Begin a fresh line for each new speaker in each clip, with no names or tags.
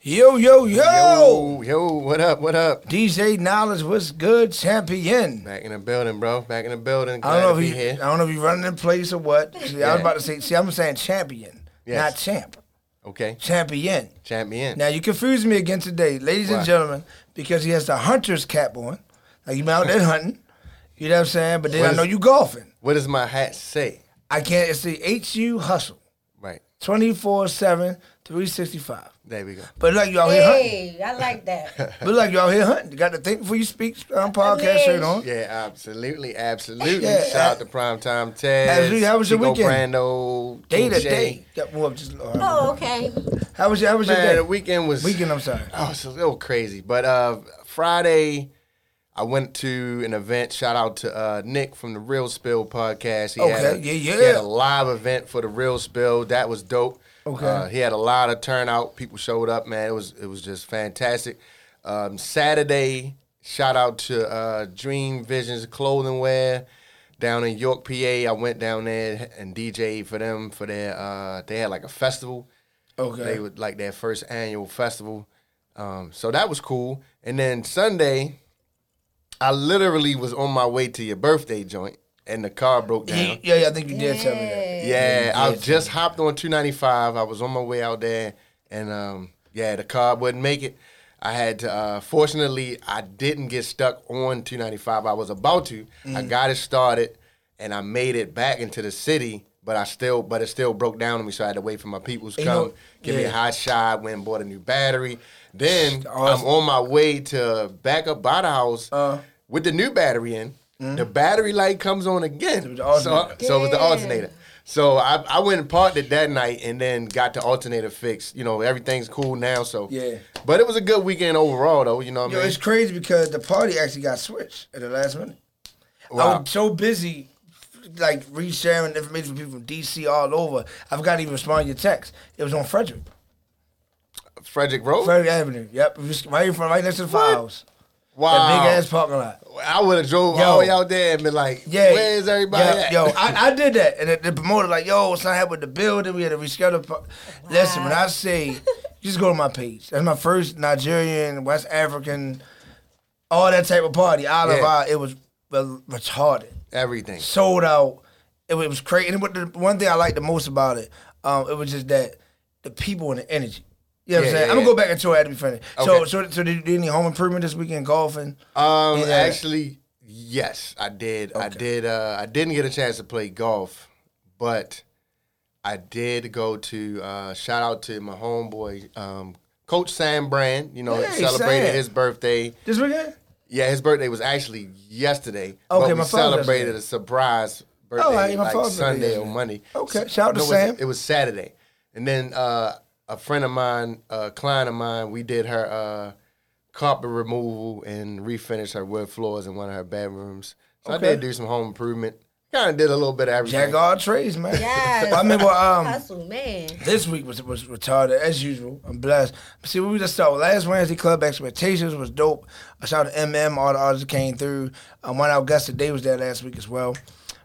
Yo, yo, yo,
Yo, yo, what up, what up?
DJ Knowledge, what's good, champion?
Back in the building, bro. Back in the building.
I
Glad
don't know
to
if
be
you, I
here.
don't know if you running in place or what. See, I
Yeah.
was about to say, see, I'm saying champion,
Yes.
not champ,
Okay,
champion.
champion.
Now you confused me again today, ladies and
Why?
gentlemen, because he has the hunter's cap on, like you been out there hunting. You know what I'm saying? But then
What
I
is-
know you golfing.
What does my hat say?
I can't. It's the HU hustle,
Right,
24 7 365.
there we go.
But look like you out here hunting.
Hey, I like that.
But like you out here hunting. You got to think before you speak. Um, podcast shirt on.
Yeah, absolutely, absolutely.
Yeah,
Shout
uh,
out to Primetime Taz.
absolutely. How was your
Chico
weekend?
Brando,
Day to
King J.
day. That- well, just, uh,
Oh, okay.
How was your How was your
Man, the
day?
weekend was
Weekend. I'm sorry.
Oh, it's a little crazy. But uh, Friday, I went to an event. Shout out to uh, Nick from the Real Spill podcast. He had
Okay,
a,
yeah,
He had
yeah.
a live event for the Real Spill. That was dope.
Okay.
Uh, he had a lot of turnout. People showed up, man. It was it was just fantastic. Um, Saturday, shout out to uh, Dream Visions Clothing Wear down in York, PA. I went down there and DJed for them for their uh, they had like a festival
Okay.
they would like their first annual festival. Um, so that was cool. And then Sunday, I literally was on my way to your birthday joint, and the car broke
Yeah,
down.
yeah, yeah, I think you did tell me that.
Yeah, I just hopped on 295. I was on my way out there, and um, yeah, the car wouldn't make it. I had to, uh, fortunately, I didn't get stuck on 295. I was about to. I
Mm.
got it started, and I made it back into the city, but I still, but it still broke down on me, so I had to wait for my people's
You
come,
know-
give me
yeah.
a hot shot, went and bought a new battery. Then
Awesome.
I'm on my way to back up by the house
Uh. Mm.
with the new battery in. The battery light comes on
It
again.
was the
So-
alternator.
so it was the
Yeah.
alternator. So I, I went and parked it that night and then got the alternator fixed. You know, everything's cool now. So
Yeah.
But it was a good weekend overall though, you know what
Yo,
I mean?
it's crazy because the party actually got switched at the last minute. I
Wow.
was so busy, like resharing information with people from DC all over. I forgot to even respond to your text. It was on Frederick,
Frederick Road?
Frederick Avenue. Yep, it was right in front, right next to the files. That
wow.
big ass parking lot.
I would have drove
Yo.
all the way out there and been like,
Yeah,
where's everybody
Yeah,
at?
Yo, I, I did that, and the, the promoter like, yo, what's not happening with the building? We had to reschedule. pa- Listen, when I say, just go to my page. That's my first Nigerian, West African, all that type of party. Out of
Yeah.
our, it was well, retarded,
Everything.
sold out. It, wa- it was crazy. And what the one thing I liked the most about it, um, it was just that the people and the energy. You know what I'm
Yeah,
saying?
yeah,
I'm gonna
yeah.
go back and tour after we finish. So,
Okay.
so, so did you do any home improvement this weekend? Golfing?
Um,
Yeah.
actually, yes, I did. I did. Uh, I didn't get a chance to play golf, but I did go to. Uh, shout out to my homeboy, um, Coach Sam Brand. You know,
Hey,
celebrated
Sam.
his birthday.
This weekend?
Yeah, his birthday was actually yesterday.
Okay,
but
my
we
father's
celebrated
birthday.
a surprise birthday
Oh, hey, my
like
father's birthday
Sunday or
yesterday.
Monday.
Okay,
S-
shout out to
no, it was-
Sam.
It was Saturday, and then uh, a friend of mine, a client of mine, we did her uh, carpet removal and refinished her wood floors in one of her bedrooms. So
Okay.
I did do some home improvement. Kind of did a little bit of everything.
Jack all trades, man.
Yes.
I remember um,
Hustle, man.
This week was was retarded as usual. I'm blessed. See, we just started last Wednesday. Club Expectations was dope. I shout out to MM, all the artists that came through. Um, one out Augusta Day was there last week as well.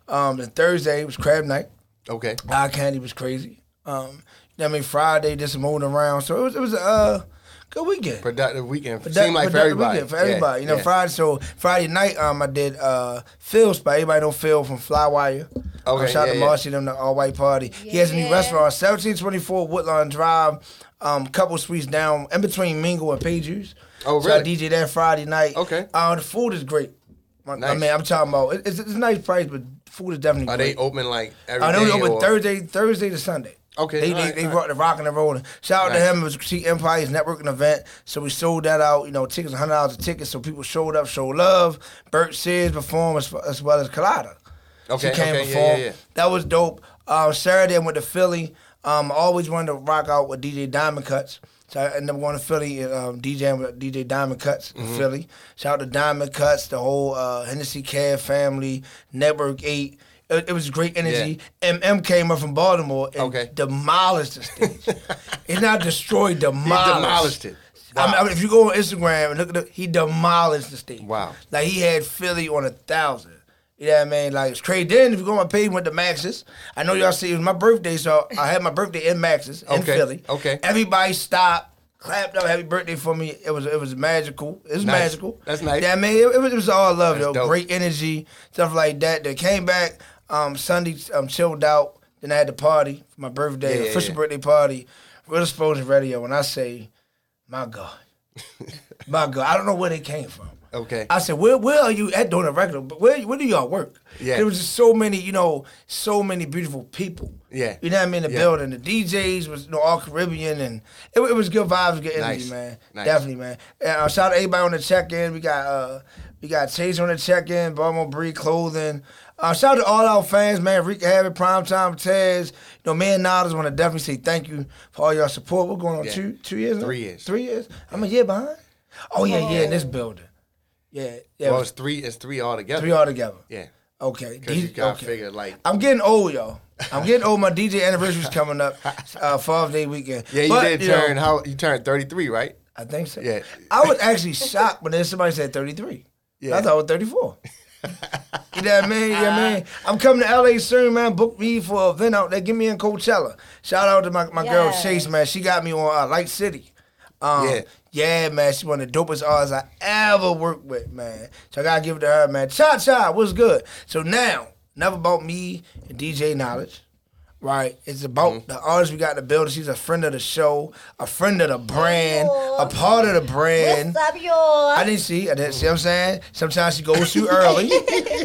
Um, then Thursday was Crab Night.
Okay.
Eye Candy was crazy. Um, you know what I mean, Friday just moving around. So it was it was a uh, good weekend.
Productive weekend.
That-
Seemed like for
that
everybody.
weekend, for
Yeah,
everybody. You know,
yeah.
Friday. So Friday night, um, I did uh, Phil spot. Everybody know Phil from Flywire. Um,
Okay,
shout out
yeah,
to
yeah.
Marcy them the all white party. He has a new
Yeah.
restaurant, seventeen twenty four Woodlawn Drive. Um, couple suites down in between Mingle and Pagers.
Oh,
So I
really?
DJ that Friday night.
Okay.
Uh, the food is great. My- I
Nice.
mean, I'm talking about it- it's, it's a nice price, but food is definitely.
Are they
great.
open like every
I know
day
they open
or-
Thursday, Thursday to Sunday.
Okay,
They
alright,
they, they
alright.
brought the rock and the rolling. Shout out
Nice.
to him. It was Chic Empire's networking event, so we sold that out. You know, tickets, hundred dollars a ticket. So people showed up, showed love. Bert Sears performed as, as well as Colada.
Okay,
she came
okay, yeah,
perform.
yeah, yeah.
That was dope. Um, Saturday I Uh, went to Philly. Um, I always wanted to rock out with DJ Diamond Cuts. So I ended up going to Philly and um, DJing with DJ Diamond Cuts in
Mm-hmm.
Philly. Shout out to Diamond Cuts, the whole uh, Hennessy Cab family, Network 8. It, it was great energy. MM came up from Baltimore and
Okay.
demolished the stage. it's not destroyed, demolished.
demolished it.
I mean, I mean, if you go on Instagram and look at it, he demolished the stage.
Wow.
Like he had Philly on a thousand. You know what I mean? Like it's crazy. Then if you go on my page with the Maxis, I know y'all see it was my birthday, so I had my birthday in Maxis in
Okay,
Philly.
okay.
Everybody stopped, clapped up, happy birthday for me. It was it was magical. It was
Nice.
magical.
That's nice.
Yeah, I mean, it, it was, it was all love,
That's
though.
dope.
Great energy, stuff like that. They came back um, Sunday, um, chilled out. Then I had the party for my birthday,
Yeah, yeah,
official
yeah.
birthday party, Real Exposure Radio. And I say, my God. My God, I don't know where they came from.
Okay.
I said, where where are you at doing a regular? But where where do y'all work?
Yeah.
There was just so many, you know, so many beautiful people.
Yeah.
You know what I mean? The
Yeah.
building, the DJs was you know, all Caribbean, and it, wa- it was good vibes, good energy,
Nice.
man.
Nice.
Definitely, man. And, uh, shout out to everybody on the check in. We got uh, we got Chase on the check in, Baltimore Bree Clothing. Uh, shout out to all our fans, man. Rick Havoc, Primetime Taz. You know, me and Nodders want to definitely say thank you for all your support. We're going on
Yeah.
two two years, now?
Three years.
three years. I'm a year behind. Oh yeah, yeah, in this building. Yeah, yeah.
Well,
it was
it's three. It's three altogether.
three all together.
Yeah.
Okay.
Because you
D-
got
okay. Uh,
to figure like
I'm getting old, y'all. I'm getting old. My DJ anniversary's coming up, uh, Father's Day weekend.
yeah, you
But,
did
know,
turn how you turned thirty three, right?
I think so.
Yeah.
I was actually shocked when then somebody said 33.
Yeah.
I thought I was 34. you know what I mean? You know what I mean? I'm coming to LA soon, man. Book me for an event out there. Give me in Coachella. Shout out to my, my girl
Yes.
Chase, man. She got me on uh, Light City. Um, yeah.
Yeah.
man. She one of the dopest artists I ever worked with, man. So I gotta give it to her, man. Cha Cha, what's good? So now, enough about me and DJ knowledge. Right, it's about the artist we got in the building. She's a friend of the show, a friend of the brand, a part of the brand.
What's up, y'all?
I didn't see. I didn't see. What I'm saying sometimes she goes too early,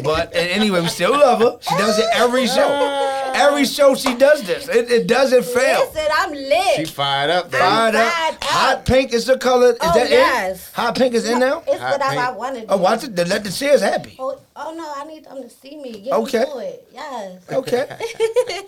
but and anyway, we still love her. She does it every show. Every show she does this. It, it doesn't fail.
Listen, I'm lit.
She fired up, baby.
Fired up.
Fired up.
Hot pink is the color. Is
Oh,
that
yes.
it? Hot pink is in now.
It's
Hot
what I,
pink.
I wanted.
Oh, watch it. Let the seers happy.
Oh, oh, no, I need them to see me. Get
Okay.
okay. me to it. Yes.
Okay.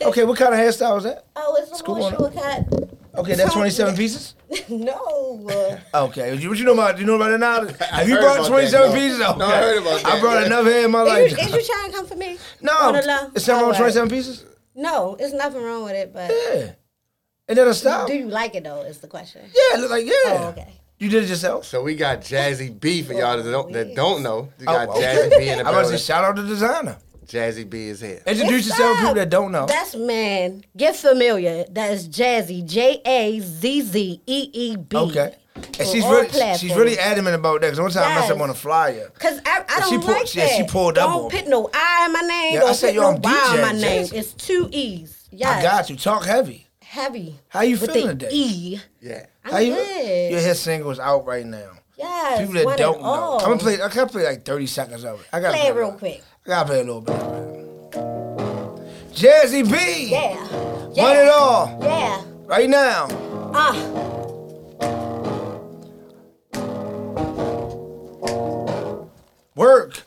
Okay. What kind of hairstyle is that?
Oh, it's a
Scoop
little
on
short cut.
Okay, that's 27 pieces.
no.
Okay, you- what you know about you know about that now? Have you
heard
brought
about
27
that, no.
pieces? Okay.
No, I heard about
I
that,
brought
yeah.
enough hair in my
Is
life.
you, is you trying to come for me? On
No,
the low?
it's something
All
about
right.
27 pieces.
No, it's nothing wrong with it, but
Yeah, and then a style.
do you like it though? Is the question.
Yeah, it look like yeah.
Oh, okay.
You did it yourself.
So we got Jazzy B for y'all that don't, that don't know. We
Oh,
got
okay.
Jazzy B in
I'm
the
about to
building.
say shout out to the designer.
Jazzy B is here.
Introduce
What's
yourself to people
up?
that don't know.
That's man. Get familiar. That is Jazzy. J A Z Z E E B.
okay. And she's
all
really she's
platforms.
really adamant about that because one time I messed up
Yes.
on a flyer.
Cause I, I
And
don't
she pulled-
like that.
yeah, she pulled up
Don't
on
put
me.
no I in my name.
Yeah, I
don't
said,
put
yo,
no
I'm
Y in my
DJ,
name.
Jazzy.
It's two E's. Yes.
I got you. Talk heavy.
Heavy.
How you
with
feeling
the
today?
E.
Yeah.
I'm
How you?
good.
Your hit single is out right now.
Yes.
people that
one
don't
and
know,
all.
I'm gonna play. I gotta play like 30 seconds of it. I gotta
Play it
play
real
it.
quick.
I gotta play a little bit. Jazzy B.
Yeah. yeah.
Run it all
Yeah.
right now.
Ah.
Work.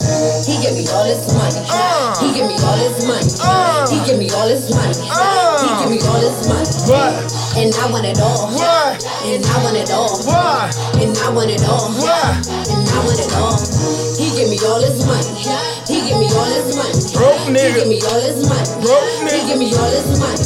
He give me all his money.
Uh.
He give me all his money.
Uh.
He give me all his money.
Uh.
He give me all his money.
What?
And I want it all.
What?
And I want it all.
What?
And I want it all.
What?
And I want it all. He give me all his money. He give me all his money.
Broke nigga.
He give me all his money.
Broke
He
nigga.
give me all his money.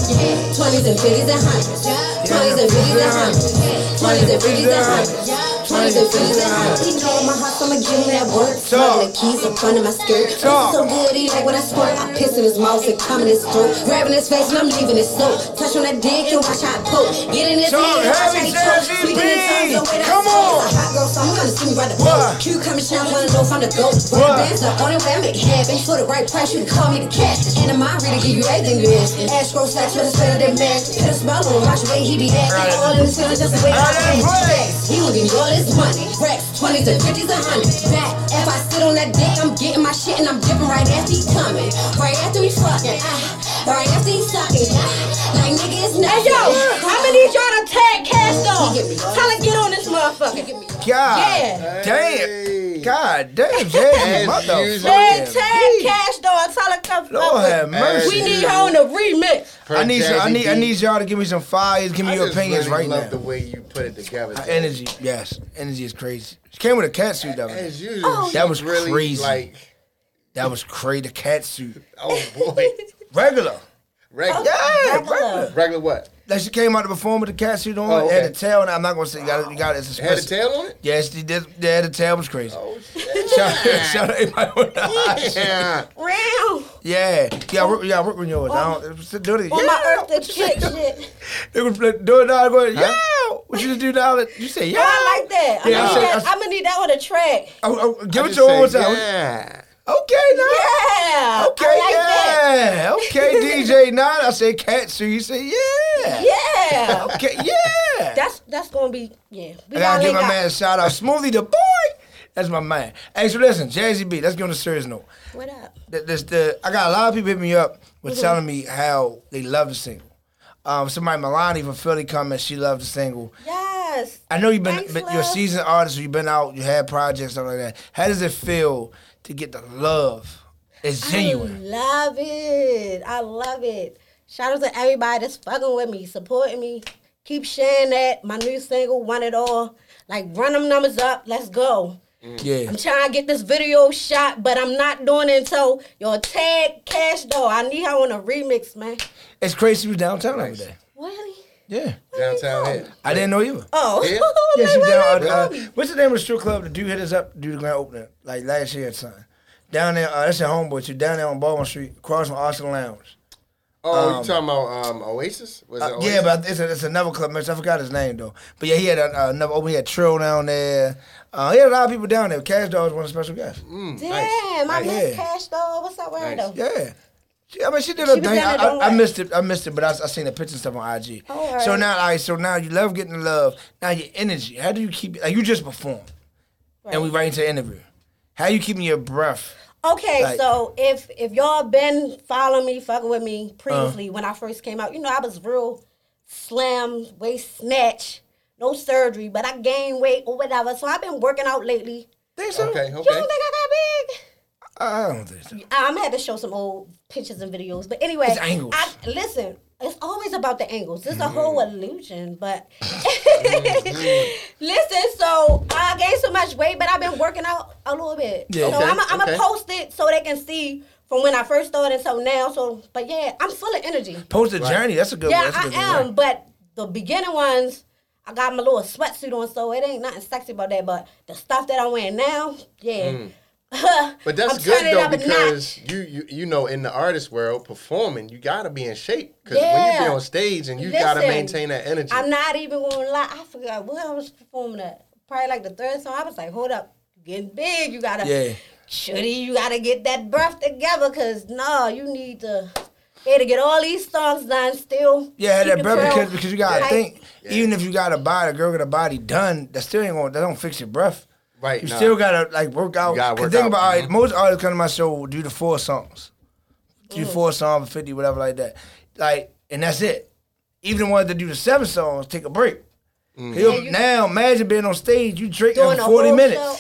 Twenties and fifties and hundreds. Twenties and fifties and hundreds. Twenties and fifties and hundreds. Twenties and fifties and hundreds. He know my heart, so I'ma give him that work. Smuggling keys in front of my skirt. This
Talk.
is so good, he like when I squirt. I piss in his mouth and come in his throat. Grabbing his face and I'm leaving his soul. Touch on that dick and watch how I poke. Get in his
Talk
head, watch how
heavy,
he choke.
Jazzy
Sweet in his tongue, the way that
Come
I
on.
choke. Hot girl, so I'm gonna see me by the
What?
boat. Cucumber shine, wanna know if I'm the goat.
What?
Rubber bands are on it, where I make it happen. For the right price, you can call me the cat. And I'm ready to give you everything you ask. Ash grow sex with a set of that mask. Put a smile on him, watch the way he be acting. All in his feelings, just the way that
Alright,
I
break.
act. He will give me all his money. Racks, 20s and 50s and 100s. Back, if I sit on that dick, I'm getting my shit and I'm dipping right after he coming. Right after he fucking. Ah, right after he sucking. Ah, like nigga, it's
Hey
nothing.
yo, I'ma need y'all to tag cast off.
He give me all
Tell her get on this motherfucker.
God
Yeah.
damn. God damn, Jazzy,
As usual.
motherfucker.
Man,
Fuck
tag Cash Doll, Tyler Cup.
Lord have mercy.
We need her on the remix.
I need, some, I need, I need y'all to give me some fires. Give me your opinions right
love
now.
the way you put it together.
Her energy, yes, energy is crazy. She came with a cat suit though.
As usual.
That
she's
was
really
crazy.
Like,
That was crazy. The cat suit,
oh boy,
regular.
regular,
Yeah,
Regular.
regular.
regular what?
Like she came out to perform with the cat suit on.
Oh, okay.
Had a tail, and I'm not gonna say you got it. You got it. It's
Had a
expensive.
tail on it?
Yes, she did. Yeah, the tail was crazy.
Oh
Shout, shout out everybody with the eyes.
shit! Yeah.
Round.
Yeah, yeah, work, yeah, work on yours. I don't do it.
On
yeah.
my Earth to Chick shit.
They was like, do it now. Going, yeah. What you just do now? You say, yeah.
Oh, I like that. I'm,
Yeah,
gonna
I
need
said-
that.
I-
I'm gonna need that on a track.
Oh, oh, give
I
it
just
your one
say,
time.
Yeah.
Okay, now.
Yeah.
Okay,
I like that.
yeah. Okay, DJ Nine. I say cat suit. You say yeah.
Yeah.
Okay, yeah.
That's that's gonna be yeah. We
I gotta give
link
my
up.
man a shout out. Smoothie the boy. That's my man. Hey, so listen, Jazzy B. Let's get on a serious note.
What up?
Th- This, the, I got a lot of people hit me up with
Mm-hmm.
telling me how they love the single. Um, somebody, Milani from Philly, comments she loved the single.
Yes.
I know you've been,
Thanks,
but you're a
love.
seasoned artist. You've been out. You had projects, stuff like that. How does it feel to get the love? It's genuine.
I love it. I love it. Shout out to everybody that's fucking with me, supporting me. Keep sharing that. My new single, One It All. Like, run them numbers up. Let's go.
yeah.
I'm trying to get this video shot, but I'm not doing it until your tag cash though. I need her on a remix, man.
It's crazy she was downtown over there.
Really?
Yeah.
Downtown head.
I didn't know either.
Oh.
Yeah.
Yeah, she
Like,
was
why
down.
they
Uh,
call me?
what's the name of the strip club? The dude hit us up, to do the grand opening, like last year or something. Down there, uh, that's at homeboy too. Down there on Baldwin Street, across from Austin Lounge.
Oh, you talking about um, Oasis? Was
Uh,
it Oasis?
yeah, but it's, a, it's another club. man. I forgot his name though. But yeah, he had a, uh, another open. He had Trill down there. Uh, he had a lot of people down there. Cash Dog was one of the special guests.
Damn, I
Nice.
miss
Yeah.
Cash though. What's up with her
Nice.
though?
Yeah. She, I mean, she did her
She was
thing. I,
down there doing
I, I
what?
missed it. I missed it, but I, I seen the pictures and stuff on IG.
Oh, all
So
right.
now, all right, so now you love getting the love. Now your energy. How do you keep? Like you just performed, and we right into the interview. How you keeping your breath?
Okay,
Like-
so if if y'all been following me, fucking with me
Uh-huh.
previously when I first came out, you know I was real slim, waist snatch, no surgery, but I gained weight or whatever. So I've been working out lately.
Think so?
Okay,
You
okay.
don't think I got big?
I don't think so.
I'm gonna have to show some old pictures and videos. But anyway,
It's angles.
I, listen, it's always about the angles. It's a whole
Mm-hmm.
illusion, but listen. So I gained so much weight, but I've been working out a little bit.
Yeah.
so
Okay,
I'm gonna
okay.
post it so they can see from when I first started until now. So, but yeah, I'm full of energy.
Post the journey. That's a good
yeah,
one. That's a
I
good
am.
One.
But the beginning ones. I got my little sweatsuit on, so it ain't nothing sexy about that. But the stuff that I'm wearing now, yeah.
Mm.
But that's
I'm turning
good
it
though
up a notch.
because you, you you know in the artist world performing you gotta be in shape because when you
Yeah.
be on stage and you gotta
Listen,
maintain that energy.
I'm not even gonna lie. I forgot what I was performing at. Probably like the third song. I was like, hold up, you getting big. You gotta,
Yeah.
Shorty, you gotta get that breath together, cause no, you need to. Yeah, to get all these songs done still.
Yeah,
keep
that
the
breath
curl
because, because you gotta
tight.
think. Even if you got a body, a girl got a body done, that still ain't gonna. That don't fix your breath.
Right,
You
nah.
still gotta like work out.
You gotta
'Cause
work
think
out,
about all right,
mhm.
most artists come to my show will do the four songs, do
Mm.
four songs, fifty, whatever like that. Like, and that's it. Even the ones that do the seven songs take a break.
Mm.
'Cause you'll-
Yeah, you-
now imagine being on stage, you drink in
Doing a
forty
whole
minutes.
show.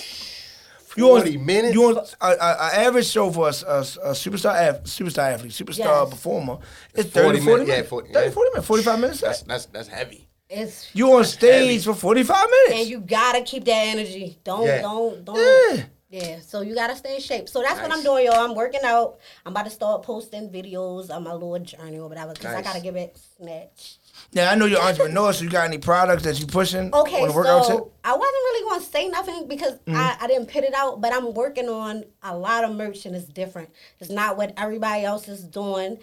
You on-
40 minutes?
You on a, a, a average show for a, s- a s- a superstar ath- superstar athlete, superstar
Yes.
performer. It's
40
30, 40 minutes.
minute- yeah,
40,
40,
30,
yeah.
40 minutes, 45 minutes.
that's that's that's heavy.
It's
you on stage for
heavy.
45
and
minutes.
you gotta keep that energy. Don't
Yeah.
don't don't.
Yeah.
Yeah. So you gotta stay in shape. So that's what I'm
Nice.
doing, y'all. I'm working out. I'm about to start posting videos on my little journey or whatever, cause I
Nice.
gotta get back snatched.
now, I know you're an entrepreneur, so you got any products that you pushing
Okay,
on the workout
so
tip?
I wasn't really gonna say nothing because I, I didn't put it out, but I'm working on a lot of merch and it's different. It's not what everybody else is doing.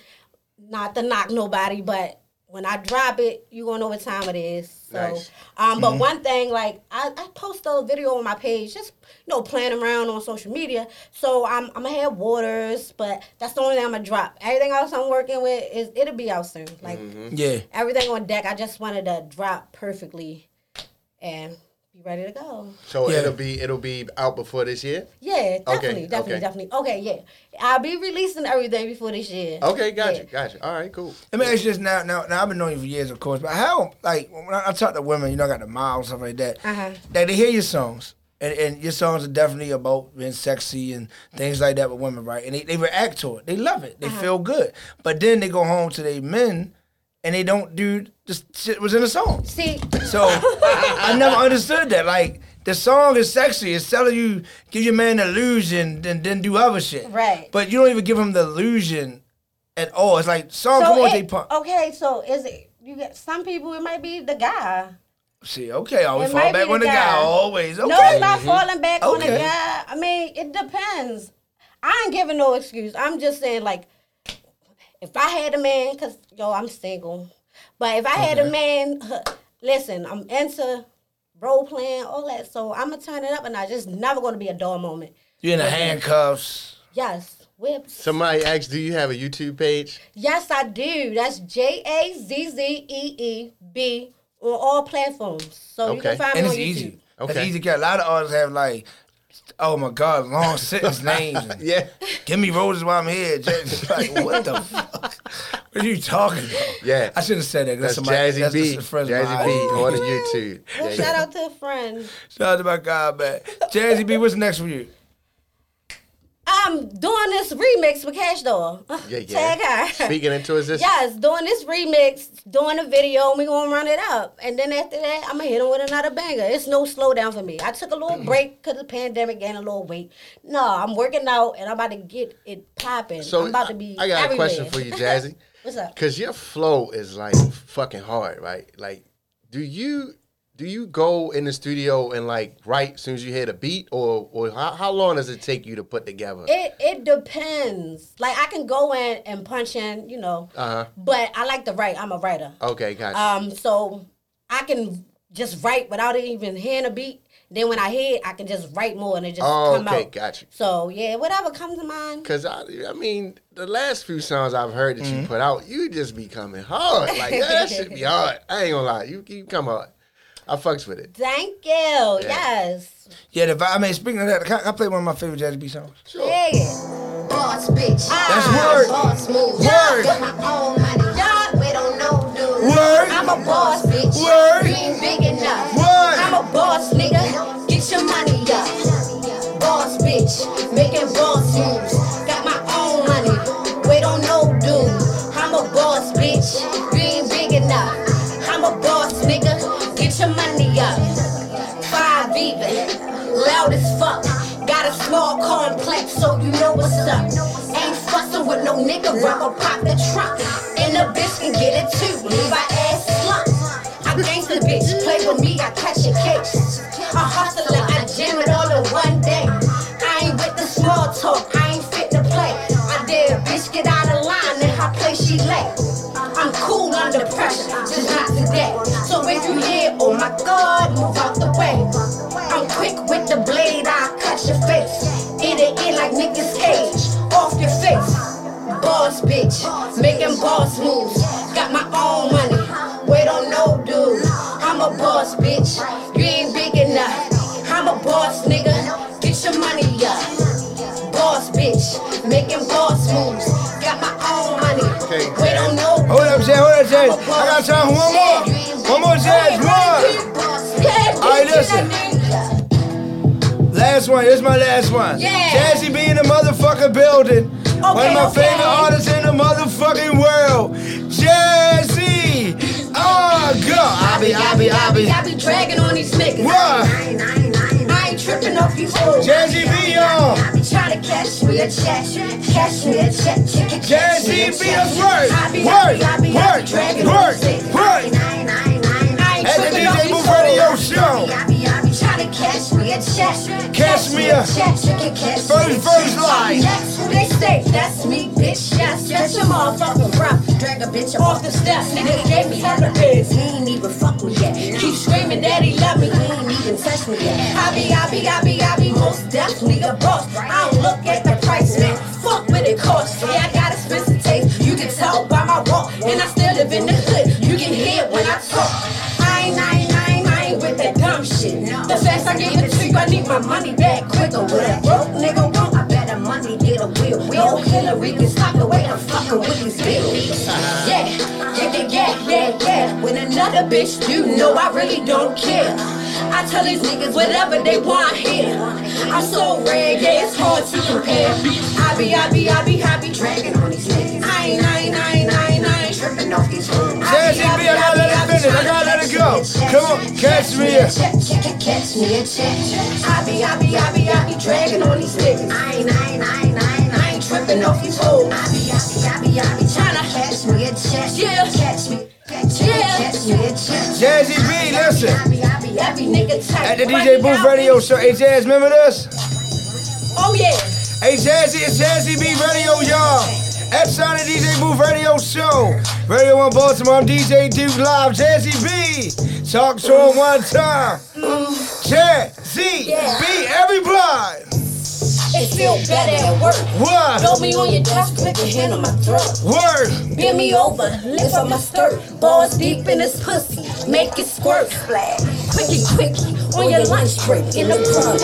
Not to knock nobody, but when I drop it, you gonna know what time it is. So,
Nice.
um, but one thing, like I, I post a video on my page, just you know, playing around on social media. So I'm, I'm gonna have waters, but that's the only thing I'm gonna drop. Everything else I'm working with is it'll be out soon. Like
Yeah.
everything on deck. I just wanted to drop perfectly and be ready to go.
So
Yeah.
it'll be it'll be out before this year.
Yeah, definitely,
Okay,
definitely,
okay.
definitely. Okay, yeah. I'll be releasing everything before this year.
Okay, gotcha,
Yeah.
gotcha. All right, cool.
Let me ask you this now. Now, now I've been knowing you for years, of course. But how, like, when I, I talk to women, you know, I got the miles stuff like that.
Uh-huh.
They, they hear your songs, and, and your songs are definitely about being sexy and things like that with women, right? And they, they react to it. They love it. They
Uh-huh.
feel good. But then they go home to their men, and they don't do the shit was in the song.
See,
So I never understood that. Like the song is sexy. It's telling you give your man an illusion, then then do other shit.
Right.
But you don't even give him the illusion at all. It's like song
so
Oh, come on,
it- oh.
they pump.
okay, so is it you get some people? It might be the guy.
See, okay, I always
It
fall
might
back
be
on the
the
guy.
guy.
Always. Okay.
No, it's not falling back on the
Okay.
guy. I mean, it depends. I ain't giving no excuse. I'm just saying, like, if I had a man, cause yo, I'm single. But if I had a man, listen, I'm into role playing, all that. So I'm gonna turn it up, and I just never gonna be a dull moment.
You're in the handcuffs.
Yes, whips.
Somebody asked, "Do you have a YouTube page?"
Yes, I do. That's J A Z Z E E B on all platforms. So you
Okay.
can find
And
me
it's
on YouTube.
easy. Okay.
Okay.
It's easy. 'cause A lot of artists have like, oh my God, long sentence names. and
Yeah,
Give me roses while I'm here. Just like, what the fuck? What are you talking about?
Yeah.
I shouldn't have said that. 'cause That's,
that's
somebody,
Jazzy
that's
B.
Just a friend of
Jazzy
mine.
B on the YouTube.
Well,
Jazzy.
shout out to a friend.
Shout out to my God, man. Jazzy B, what's next for you?
I'm doing this remix with Cash Doll.
Yeah, yeah.
Tag her.
Speaking into existence.
Yes, doing this remix, doing a video, and we gonna run it up. And then after that, I'm gonna hit him with another banger. It's no slowdown for me. I took a
Mm.
little break because the pandemic gained a little weight. No, I'm working out and I'm about to get it popping.
So
I'm about to be
I got
everywhere.
a question for you, Jazzy.
What's up?
Cause your flow is like fucking hard, right? Like, do you do you go in the studio and like write as soon as you hear the beat, or or how, how long does it take you to put together?
It it depends. Like I can go in and punch in, you know.
Uh-huh.
But I like to write. I'm a writer.
okay, gotcha.
Um, so I can just write without even hearing a beat. Then when I hear, it, I can just write more and it just
Oh,
come
okay,
out.
gotcha.
So yeah, whatever comes to mind.
Cause I, I mean, the last few songs I've heard that
Mm-hmm.
you put out, you just be coming hard. Like yeah, that should be hard. I ain't gonna lie, you you come hard. I fucks with it.
Thank you. Yes.
Yeah, the vibe. I mean, speaking of that, can I, can I play one of my favorite Jazzy B songs?
Sure.
Yeah.
Boss, bitch.
That's
I'm
word.
Boss move.
Word.
Got my own money.
Yeah.
We don't know dude.
Word.
I'm a boss, bitch.
Word.
You ain't big enough.
Word.
I'm a boss, nigga. Get your money up. Boss, bitch. Making boss moves. Got my own money. We don't know dude. I'm a boss, bitch. You ain't big enough. I'm a boss, nigga. Get your money up five even. Loud as fuck. Got a small complex, so you know what's up. Ain't fussing with no nigga, rubber pop the trunk. And the bitch can get it too. Leave her ass slut. I gangsta bitch, play with me, I catch a case. A hustler, I jam it all in one day. I ain't with the small talk, I ain't fit to play. I dare a bitch get out of line in her place she lay. I'm cool under pressure, just not today. So if you hear, oh my god, move out the way. I'm quick with the blade, I cut your face. In the ear like Nicolas Cage, off your face. Boss bitch, making boss moves. Got my own money, we don't know dude. I'm a boss bitch, you ain't big enough. I'm a boss nigga, get your money up. Boss bitch, making boss moves. Got my own money,
Okay,
we don't know
Hold up, Jazz. Hold up, Jazz. I got time for one more. One more, Jazz. One.
Yeah,
All right, listen. Last one. Here's my last one.
Yeah.
Jazzy B in the motherfucking building. one of
Okay,
my
okay.
favorite artists in the motherfucking world. Jazzy. Oh, go. I be, I be, I be.
I be dragging on these niggas.
What?
I ain't tripping off oh. these hoes.
Jazzy B, y'all.
I be trying to catch me a check. Catch me a check. You can catch me a
Jazzy B,
check.
that's work.
I be, I
Work,
be, I be, I be
work,
dragging
work,
on these niggas.
work.
I ain't
At the
tripping
DJ
off these
Booth
hoes.
Radio Show.
I be, I be, I be trying to catch me a check.
Catch me a-
check. You can catch me a
First, first line.
That's who they say. That's me, bitch. Yes, that's your motherfucking rough. Drag a bitch off the steps. Nigga gave me hella biz. He ain't even fuck with yet. Keep screaming that he love me. He ain't even touch me yet. I be, I be, I be, I be most deaf nigga boss. I don't look at the price, man. Fuck what it costs. Yeah, I got expensive taste. You can tell by my walk. And I still live in the hood. You can hear it when I talk. I ain't, I ain't, I ain't, I ain't with that dumb dumb shit. The facts I gave it to you, I need my money back quicker. What a broke nigga want, I bet the money get a wheel. No Hillary can stop the way I'm fucking with these bitches. Yeah, yeah, yeah, yeah, yeah, yeah. When another bitch do, no, I really don't care. I tell these niggas whatever they want here. I'm so red, yeah, it's hard to compare. I be, I be, I be, I be dragging on these niggas. I ain't, I ain't, I ain't, I ain't, I ain't tripping off these hoes.
Jazzy B, I gotta let it finish. I gotta let it go. Come on, catch me here.
Catch me a check. I be, I be, I be, I be dragging on these niggas. I ain't, I ain't, I ain't, I ain't, I ain't tripping off these hoes. I be, I be, I be, I be trying to catch me a check. Yeah, catch me. Yeah, catch me a check.
Jazzy B, listen.
I be, I be, I be nigga tight.
At the DJ Booth Radio Show. Hey, Jazz, remember this?
Oh yeah.
Hey Jazzy, it's Jazzy B Radio, y'all. At Sonic DJ Booth Radio Show. Radio 1 Baltimore, I'm DJ Duke Live. Jazzy B, talk to him one time. Jazzy B, everybody.
It feel better at work.
What?
Throw me on your desk, click a hand on my throat.
Word.
Bend me over, lift up my skirt. Balls deep in this pussy, make it squirt. Splash. Quickie, quickie, on your lunch break in the club.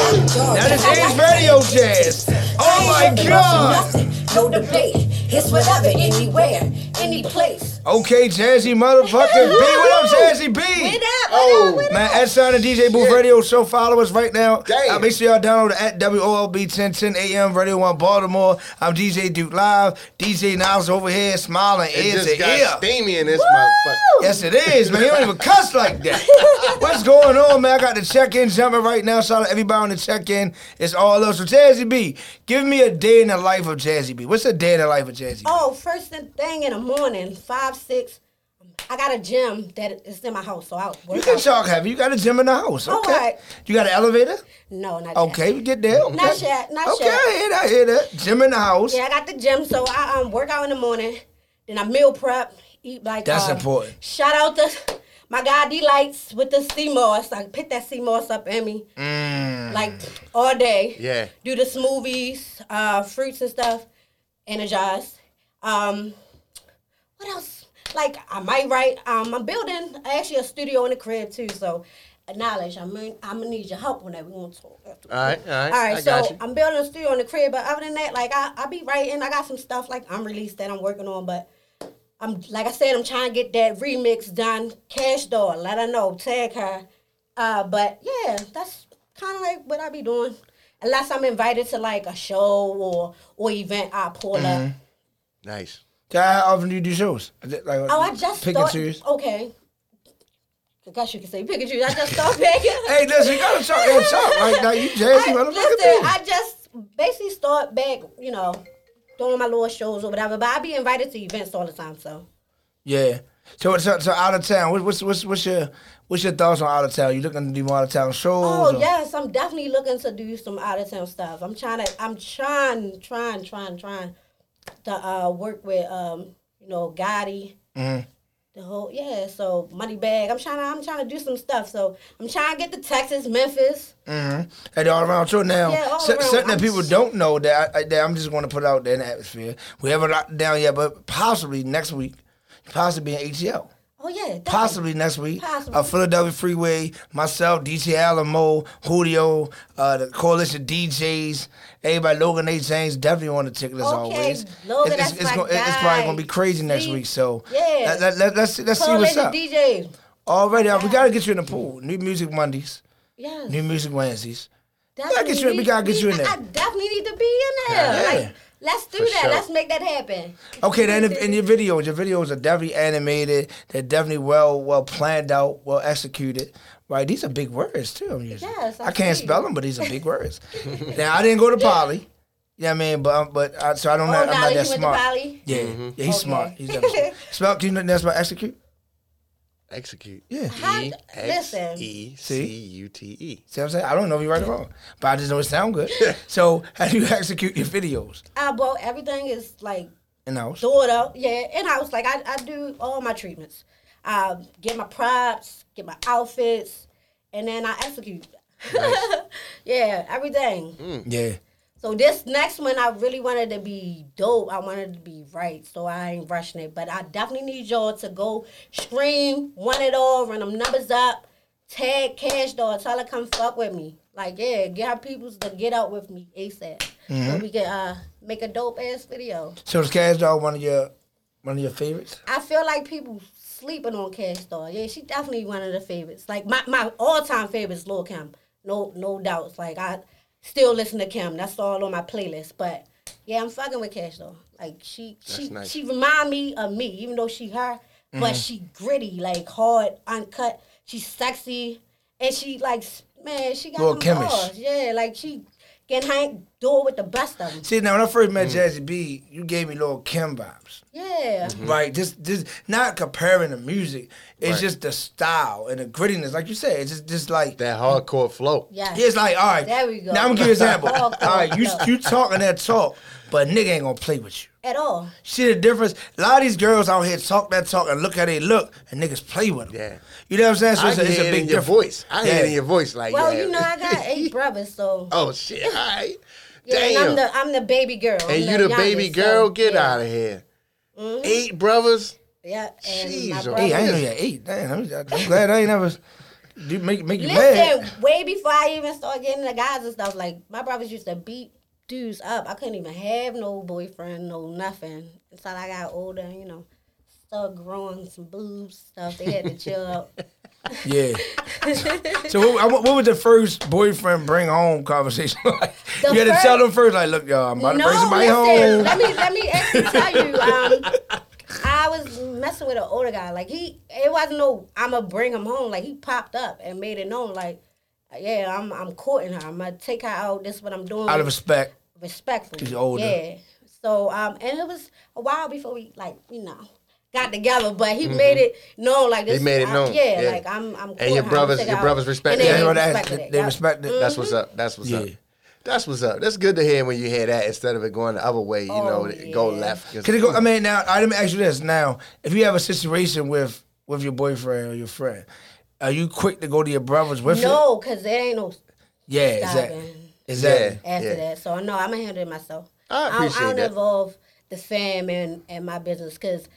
That is Ace Radio Jazz. Oh
I ain't
my
tripping off
God.
of nothing, No debate. It's whatever, anywhere, any place.
Okay, Jazzy motherfucker B. What up, Jazzy B?
Oh,
Man, at Sign and DJ Booth
Yeah.
Radio Show, follow us right now.
Damn.
Uh, make sure y'all download the at WOLB 1010 AM Radio 1 Baltimore. I'm DJ Duke Live. DJ Niles over here smiling
it
ear
just
to
got
ear.
steamy in this motherfucker.
Yes, it is, man. You don't even cuss like that. What's going on, man? I got the check in jumping right now. Shout out to everybody on the check in. It's all up. So, Jazzy B, give me a day in the life of Jazzy B. What's a day in the life of Jazzy B?
Oh, first thing in the morning, five, six. I got a gym that is in my house, so I work
You can
out.
talk heavy. You got a gym in the house.
All
Okay.
right.
You got an elevator?
No, not
Okay, we get there. Okay.
Not yet, not
okay,
yet.
I hear that. I hear that. Gym in the house.
That. Yeah, I got the gym, so I um, work out in the morning. Then I meal prep, eat like
That's
um,
important.
Shout out to my guy D Lights with the sea moss. I pick that sea moss up in me
Mm.
like all day.
Yeah.
Do the smoothies, uh, fruits and stuff. Energize. Um, what else? Like I might write. Um, I'm building actually a studio in the crib too. So, uh, knowledge. I'm in, I'm gonna need your help on that. We gonna talk.
All right, all right.
All right,
I
so
got you.
I'm building a studio in the crib, but other than that, like I, I be writing. I got some stuff like unreleased that I'm working on, but I'm like I said, I'm trying to get that remix done. Cash door, let her know, tag her. Uh, but yeah, that's kind of like what I be doing. Unless I'm invited to like a show or or event, I pull up.
Nice.
How often do you do shows? Is it Like,
Oh, I just
pick and
thought,
choose.
okay. I guess you could say pick and choose. I just thought picking.
Hey, listen, you gotta talk. Yo, talk right now. You jazzy,
I,
motherfucker.
listen,
B.
I just basically start back, you know, doing my little shows or whatever. But I be invited to events all the time, so
yeah. So, so, so out of town. What- What's what's what's your what's your thoughts on out of town? You looking to do more out of town shows?
Oh
or-
yes, I'm definitely looking to do some out of town stuff. I'm trying to, I'm trying, trying, trying, trying to uh, work with, um, you know, Gotti.
Mm-hmm.
The whole yeah, so money bag. I'm trying to, I'm trying to do some stuff. So I'm trying to get to Texas, Memphis.
And all around show now.
Yeah, all
so-
around.
Something that
I'm
people
s-
don't know that, I, that I'm just going to put out there in the atmosphere. We haven't locked it down yet, but possibly next week, possibly in ATL.
Oh yeah, definitely.
Possibly next week.
Possibly.
Uh, Philadelphia Freeway, myself, DJ Alamo, Julio, uh, the Coalition DJs, everybody, Logan A. James, definitely on the ticket as
Okay,
always.
Logan,
it's,
that's
it's, it's
my
gonna- it's probably
guy.
going to be crazy next
See?
week, so
Yeah.
let, let, let, let's, see- let's see
Call
what's
in the
up.
DJs.
Already, uh, we got to get you in the pool. New Music Mondays,
Yes.
New Music Wednesdays.
Definitely
get you in- we
need-
gotta get you in
I-
there.
I definitely need to be in there.
Yeah.
Like, let's do
For
that.
sure.
Let's make that happen.
Okay, then in, in your videos, your videos are definitely animated. They're definitely well, well planned out, well executed. Right? These are big words too. I'm using.
Yes, I
I can't
see.
spell them, but these are big words. now I didn't go to poly. Yeah, I mean, but um, but I, so I don't know.
Oh,
I'm
now
not that
that you went to
smart.
Bali.
Yeah, yeah, he's
Okay.
smart. He's definitely smart. Spell? Do you know that's about execute?
Execute.
Yeah.
How- listen.
E C
See?
U T E.
See what I'm saying? I don't know if you're right or wrong, but I just know it sound good. so how do you execute your videos?
Uh, well, everything is like
In the house.
sort of, yeah. And I was like, I, I do all my treatments. I get my props, get my outfits, and then I execute. yeah, everything.
Yeah.
So this next one, I really wanted to be dope. I wanted to be right, so I ain't rushing it. But I definitely need y'all to go stream, want it all, run them numbers up, tag Cash Doll, tell her come fuck with me. Like, yeah, get our peoples to get out with me ASAP. So we can uh, make a dope ass video.
So is Cash Dog one of your one of your favorites?
I feel like people sleeping on Cash Doll. Yeah, she definitely one of the favorites. Like my, my all time favorites, Lil Kim. No no doubts. Like I still listen to Kim. That's all on my playlist. But yeah, I'm fucking with Cash Doll. Like she she
nice.
she remind me of me, even though she her,
Mm-hmm.
but she gritty, like hard, uncut. She's sexy, and she like s- man, she got
Lil'
them
Kim-ish.
bars. Yeah, like she can hang do it with the best of them.
See, now when I first
Mm.
met Jazzy B, you gave me little Kim vibes.
Yeah.
Mm.
Like just, just not comparing the music. It's just the style and the grittiness. Like you said, it's just, just like
That hardcore flow.
Yeah.
It's like, all right.
There we go.
Now I'm gonna give you an example. all
Talk, talk,
right, you
talk.
you talking that talk, but nigga ain't gonna play with you.
At all.
See the difference? A lot of these girls out here talk that talk and look how they look, and niggas play with them.
Yeah.
You know what I'm saying? So
I
it's, a,
can
it's
hear
a
it
big
in your
difference.
voice. I hear it in
Yeah.
your voice. Like,
Well,
yeah.
you know I got eight brothers, so
oh shit! All right.
yeah,
Damn.
and I'm the I'm the baby girl. I'm
and you the baby
youngest,
girl,
so,
get
yeah. Mm-hmm.
out of here. Eight brothers.
Yeah, and my
Jeez,
brother.
Hey, I ain't know you had eight. Damn, I'm, I'm glad I ain't never. You make make you
Listen,
mad.
way before I even started getting the guys and stuff, like my brothers used to beat dudes up. I couldn't even have no boyfriend, no nothing until I got older. You know, started growing some boobs stuff. They had to chill out.
Yeah. so what, I wa- what was the first boyfriend bring home conversation like?
The
you had to
first-
tell them first, like, look, y'all, I'm about to
no,
bring somebody
listen,
home.
Let me let me actually tell you. Um, I was messing with an older guy. Like he, it wasn't no. I'ma bring him home. Like he popped up and made it known. Like, yeah, I'm I'm courting her. I'ma take her out. This is what I'm doing.
Out of respect.
respectfully.
He's older.
Yeah. So um, and it was a while before we like you know got together, but he made it known. Like
They
this,
made it
I-
known,
Yeah,
yeah.
Like I'm, I'm.
And your
courting her, I'ma
brothers-
take
your
her
brothers
out.
respected
And
it.
Yeah,
They,
well, that-
respected it. Mm-hmm.
they
yeah.
respect it.
That's what's up. That's what's up.
Yeah.
That's what's up. That's good to hear when you hear that instead of it going the other way. You
Oh,
know, it go
yeah.
left. 'Cause-
Can it go? I mean, now I let me ask you this. Now, if you have a situation with with your boyfriend or your friend, are you quick to go to your brothers with it?
No, cause there ain't no
Yeah, exactly.
Stopping.
Exactly.
after
Yeah.
that. So no, I'm gonna handle it myself.
I appreciate
I don't, I
that.
don't involve the fam and and my business because.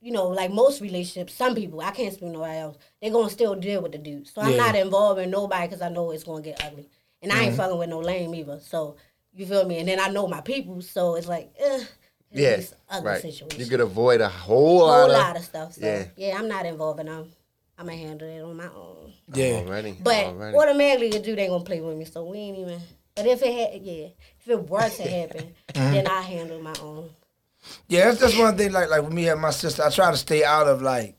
You know, like most relationships, some people I can't speak nobody else. They're gonna still deal with the dude, so I'm
Yeah.
not involving nobody because I know it's gonna get ugly, and
Mm-hmm.
I ain't fucking with no lame either. So you feel me? And then I know my people, so it's like, eh,
yeah,
it's ugly
right.
situation.
You could avoid a whole,
whole
lot,
lot
of,
of stuff. So,
yeah.
yeah, I'm not involving them. I'm gonna handle it on my own.
Yeah.
already.
But
Oh,
already.
automatically the dude ain't gonna play with me, so we ain't even. But if it had, yeah, if it were to happen,
Mm-hmm.
then I handle my own.
Yeah, that's, that's one thing. Like, like with me and my sister, I try to stay out of like,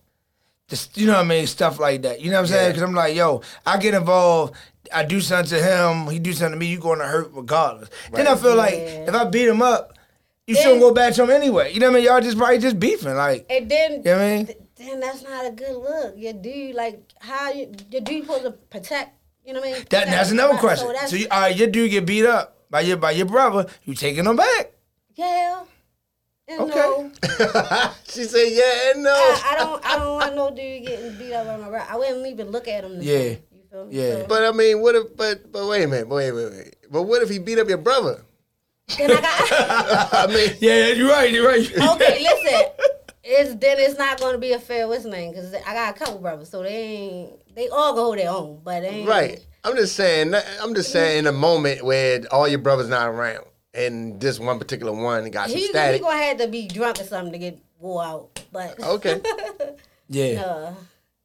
just you know what I mean, stuff like that. You know what I'm saying? Because I'm like, yo, I get involved. I do something to him. He do something to me. You going to hurt regardless. Then I feel like if I beat him up, you shouldn't go back to him anyway. You know what I mean? Y'all just probably just beefing. Like,
And then,
you know what I mean?
th- then that's not a good look. Your dude, like, how you, your dude supposed to protect? You know what I mean?
That,
Protect
that's
the
another
brother.
question.
So
So,
that's,
you, all right, your dude get beat up by your by your brother. You taking him back?
yeah. And
Okay. Oh.
No,
she said, "Yeah, and no."
I, I don't. I don't want no dude getting beat up on my right. I wouldn't even look at him. the
Yeah.
same. You feel me?
Yeah.
So-
but I mean, what if? But but wait a minute. Wait wait wait. But what if he beat up your brother?
then I got.
I mean,
Yeah, you're right. You're right.
okay, listen. It's then it's not gonna be a fair what's name because I got a couple brothers, so they ain't they all go their own, but they ain't,
right. I'm just saying. I'm just saying in a moment where all your brothers not around and this one particular one got some
He, he
static.
gonna have to be drunk or something to get wore out, but
Okay.
Yeah.
uh,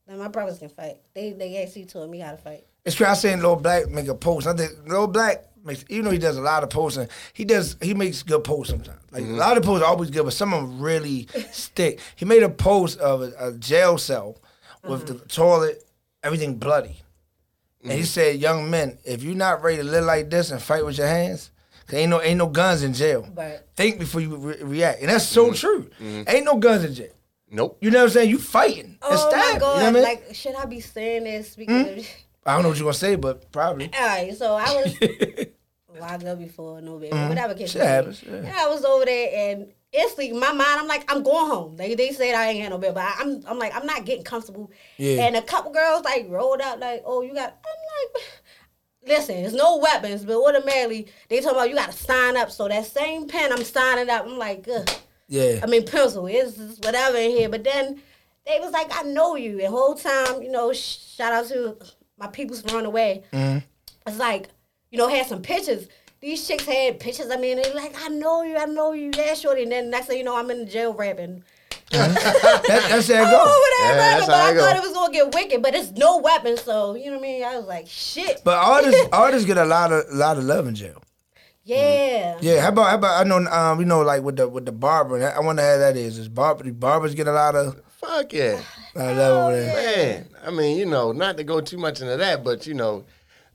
now my brothers can fight. They they actually told me how to fight.
It's crazy. I seen Lil Black make a post. I think Lil Black makes, even though he does a lot of posting, he does he makes good posts sometimes. Like a lot of posts are always good, but some of them really stick. He made a post of a, a jail cell with the toilet, everything bloody, and he said, "Young men, if you're not ready to live like this and fight with your hands." 'cause Ain't no ain't no guns in jail.
Right.
Think before you re- react, and that's so true. Ain't no guns in jail.
Nope.
You know what I'm saying? You fighting.
Oh
it's
my
stabbing,
god!
You know what I mean? Hmm?
Like should I be saying this? Speaking of,
I don't know what you're gonna say, but probably.
all right, so I was locked up before no baby, whatever case.
Mm-hmm. Shit
may be.
happens, yeah.
And I was over there and instantly in my mind, I'm like, I'm going home. Like they said I ain't had no bed, but I, I'm I'm like, I'm not getting comfortable.
Yeah.
And a couple girls like rolled up like, oh you got I'm like Listen, there's no weapons, but automatically they talking about you gotta sign up. So that same pen I'm signing up, I'm like, ugh.
Yeah.
I mean pencil, it's just whatever in here. But then They was like, I know you. The whole time, you know, sh- shout out to my people's run away.
Mm-hmm.
It's like, you know, had some pictures. These chicks had pictures of me, and they like, I know you, I know you, yeah, shorty. And then next thing you know, I'm in the jail rapping.
That, that's how it
Oh,
Ooh,
go.
whatever.
Yeah, that's
but
how
I
it go.
thought it was gonna get wicked, but it's no weapon, so you know what I mean. I was like, shit.
But artists artists get a lot of lot of love in jail.
yeah.
Mm-hmm.
Yeah, how about how about I know um you know like with the with the barber I wonder how that is. Is barber do barbers get a lot of,
Fuck yeah.
lot of
Oh,
love over there?
Man, I mean, you know, not to go too much into that, but you know,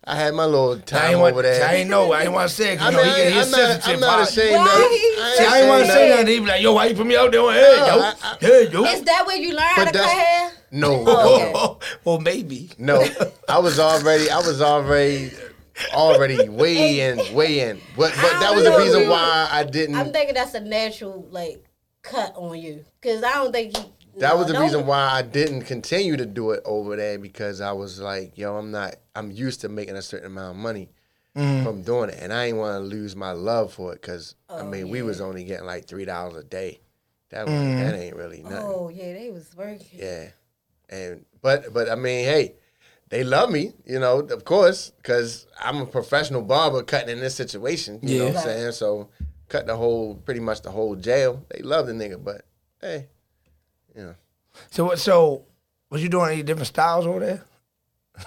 I had my little
I
time
ain't
over
want
there.
I ain't know I ain't want to say it. 'cause, You
I mean,
know, he
I-
get his
I'm, not,
sensitive
I'm not
part.
ashamed.
Why?
of-
See, I ain't want to
ashamed
say
of-
nothing. He be like, yo, why you put me out there? on Hey, yo,
I- I-
hey, yo.
Is that where you learn how to
But
cut hair?
that's no,
Oh, okay.
no,
well, maybe.
no. I was already, I was already, already way in, way in. But but that was the
I
reason
know.
why I didn't.
Mm.
I'm thinking that's a natural like cut on you, cause I don't think you.
that was
no,
the
don't-
reason why I didn't continue to do it over there because I was like, yo, I'm not, I'm used to making a certain amount of money from doing it, and I ain't want to lose my love for it because I mean, we was only getting like three dollars a day. That was, that ain't really nothing.
Oh yeah, they was working.
Yeah, and but but I mean, hey, they love me, you know, of course, because I'm a professional barber cutting in this situation. You know
Yeah.
what I'm saying? So cut the whole, pretty much the whole jail. They love the nigga, but hey, you know.
So what? So was you doing any different styles over there?